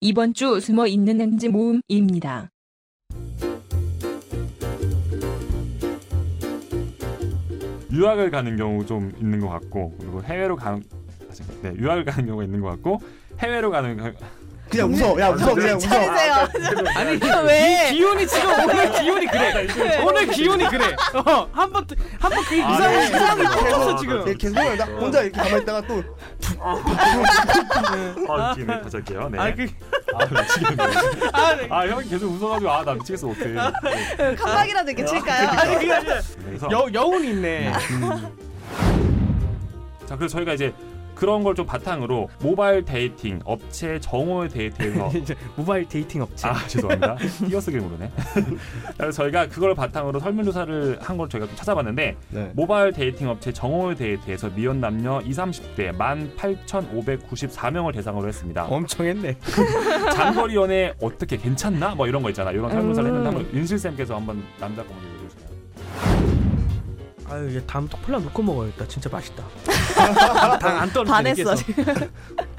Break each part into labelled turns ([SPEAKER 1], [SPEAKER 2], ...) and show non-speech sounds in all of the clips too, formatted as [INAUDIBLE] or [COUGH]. [SPEAKER 1] 이번 주 숨어 있는 엔지 모음입니다.
[SPEAKER 2] 유학을 가는 경우 좀 있는 것 같고 그리고 해외로 가는 아직, 네 유학을 가는 경우가 있는 것 같고 해외로 가는 경-
[SPEAKER 3] 그냥 웃어. 야, 웃어. 그냥 웃어.
[SPEAKER 4] 차리세요.
[SPEAKER 5] 아니
[SPEAKER 4] [LAUGHS] 왜?
[SPEAKER 5] 이 기온이 지금 [LAUGHS] 오늘 예. 아, 기온이 그래. 오늘 기온이 그래. 어, 한번 한번 그
[SPEAKER 2] 아,
[SPEAKER 5] 이상한
[SPEAKER 2] 네.
[SPEAKER 5] 이상한 게
[SPEAKER 2] 계속,
[SPEAKER 5] 터졌어
[SPEAKER 3] 얘
[SPEAKER 5] 지금.
[SPEAKER 3] 계속 예, 나 혼자 이렇게 가만히 있다가 또
[SPEAKER 2] [LAUGHS] 아 웃기네 다시 할게요 네.
[SPEAKER 5] 어. 아, 그,
[SPEAKER 2] 아 미치겠네
[SPEAKER 5] 아, 네.
[SPEAKER 2] 아 형이 계속 웃어가지고 아 나 미치겠어 어떡해 네.
[SPEAKER 4] 깜빡이라도 이렇게 칠까요?
[SPEAKER 5] 아니 그게 아니라
[SPEAKER 2] 그래서
[SPEAKER 5] 여 여운이 [LAUGHS] 있네.
[SPEAKER 2] 자 그래서 저희가 이제 그런 걸 좀 바탕으로 모바일 데이팅 업체 정오의
[SPEAKER 5] [LAUGHS]
[SPEAKER 2] 데이팅에서
[SPEAKER 5] 이제 모바일 데이팅 업체.
[SPEAKER 2] 아 죄송합니다 띄어쓰기
[SPEAKER 5] [LAUGHS]
[SPEAKER 2] 모르네 그래서 저희가 그걸 바탕으로 설문조사를 한 걸 저희가 좀 찾아봤는데
[SPEAKER 3] 네.
[SPEAKER 2] 모바일 데이팅 업체 정오의 데이트에서 미혼 남녀 20, 30대 18,594명을 대상으로 했습니다
[SPEAKER 5] 엄청 했네.
[SPEAKER 2] 장거리 연애 어떻게 괜찮나? 뭐 이런 거 있잖아. 이런 설문사를
[SPEAKER 5] 음.
[SPEAKER 2] 했는데 한번 윤실 쌤께서 한번 남자 부모님 읽어주세요.
[SPEAKER 5] 아유 얘 다음 톡폴라 놓고 먹어야겠다. 진짜 [LAUGHS] 맛있다. 당안 떨어져.
[SPEAKER 4] 반했어.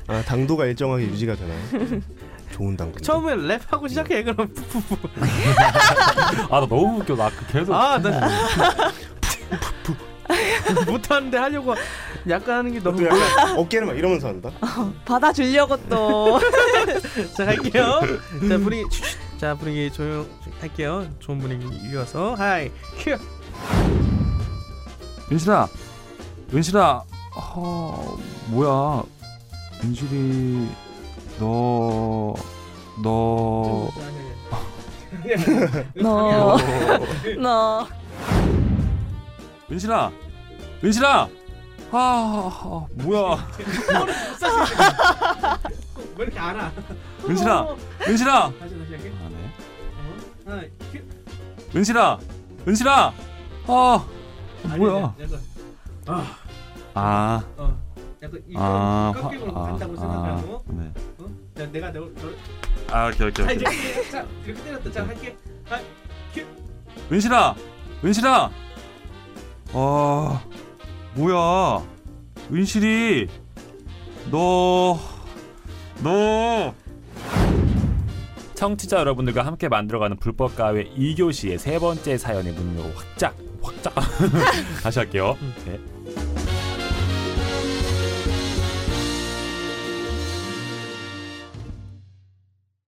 [SPEAKER 3] 아, 당도가 일정하게 유지가
[SPEAKER 5] [LAUGHS]
[SPEAKER 3] 되나요? 좋은 당도.
[SPEAKER 5] 처음에 랩하고 시작해 그럼 푸푸푸.
[SPEAKER 2] 아나 너무 웃겨. 나그 계속
[SPEAKER 5] 아나 [LAUGHS] 못하는데 하려고 약간 하는 게
[SPEAKER 3] 또
[SPEAKER 5] 너무.
[SPEAKER 3] 약간 뭐, 어깨를 막 이러면서 한다.
[SPEAKER 4] 받아주려고 또.
[SPEAKER 2] [LAUGHS]
[SPEAKER 5] 자 갈게요. 자 분위기 쉿. 자 분위기 조용 할게요. 좋은 분위기 이어서 하이 큐.
[SPEAKER 2] 윤실아, 윤실아, 어, 뭐야? 윤실이 너, 너.
[SPEAKER 4] [LAUGHS] 너, [LAUGHS] 너.
[SPEAKER 2] 윤실아, 윤실아, 아, 아
[SPEAKER 5] [LAUGHS]
[SPEAKER 2] 뭐야?
[SPEAKER 5] 어, 왜 이렇게 알아?
[SPEAKER 2] 윤실아, 윤실아.
[SPEAKER 5] 다시 다시 할게. 어?
[SPEAKER 2] 안 해?
[SPEAKER 5] 하이 큐.
[SPEAKER 2] 윤실아, 윤실아, 아, 뭐야?
[SPEAKER 5] 네, 약간
[SPEAKER 2] 아,
[SPEAKER 5] 어 약간
[SPEAKER 2] 아, 아,
[SPEAKER 5] 깎이고
[SPEAKER 2] 아,
[SPEAKER 5] 간다고 생각하고. 어?
[SPEAKER 2] 네.
[SPEAKER 5] 내가 너, 너
[SPEAKER 2] 아, 오케이, 오케이.
[SPEAKER 5] 아,
[SPEAKER 2] 오케이.
[SPEAKER 5] 이제 자 이렇게 때렸다. 자 할게.
[SPEAKER 2] 은실아, 은실아. 아, 뭐야? 은실이 너 너. 청취자 여러분들과 함께 만들어가는 불법 가회 [LAUGHS] 2교시의 세 번째 사연의 문으로 확짝 확짝 다시 할게요. 네.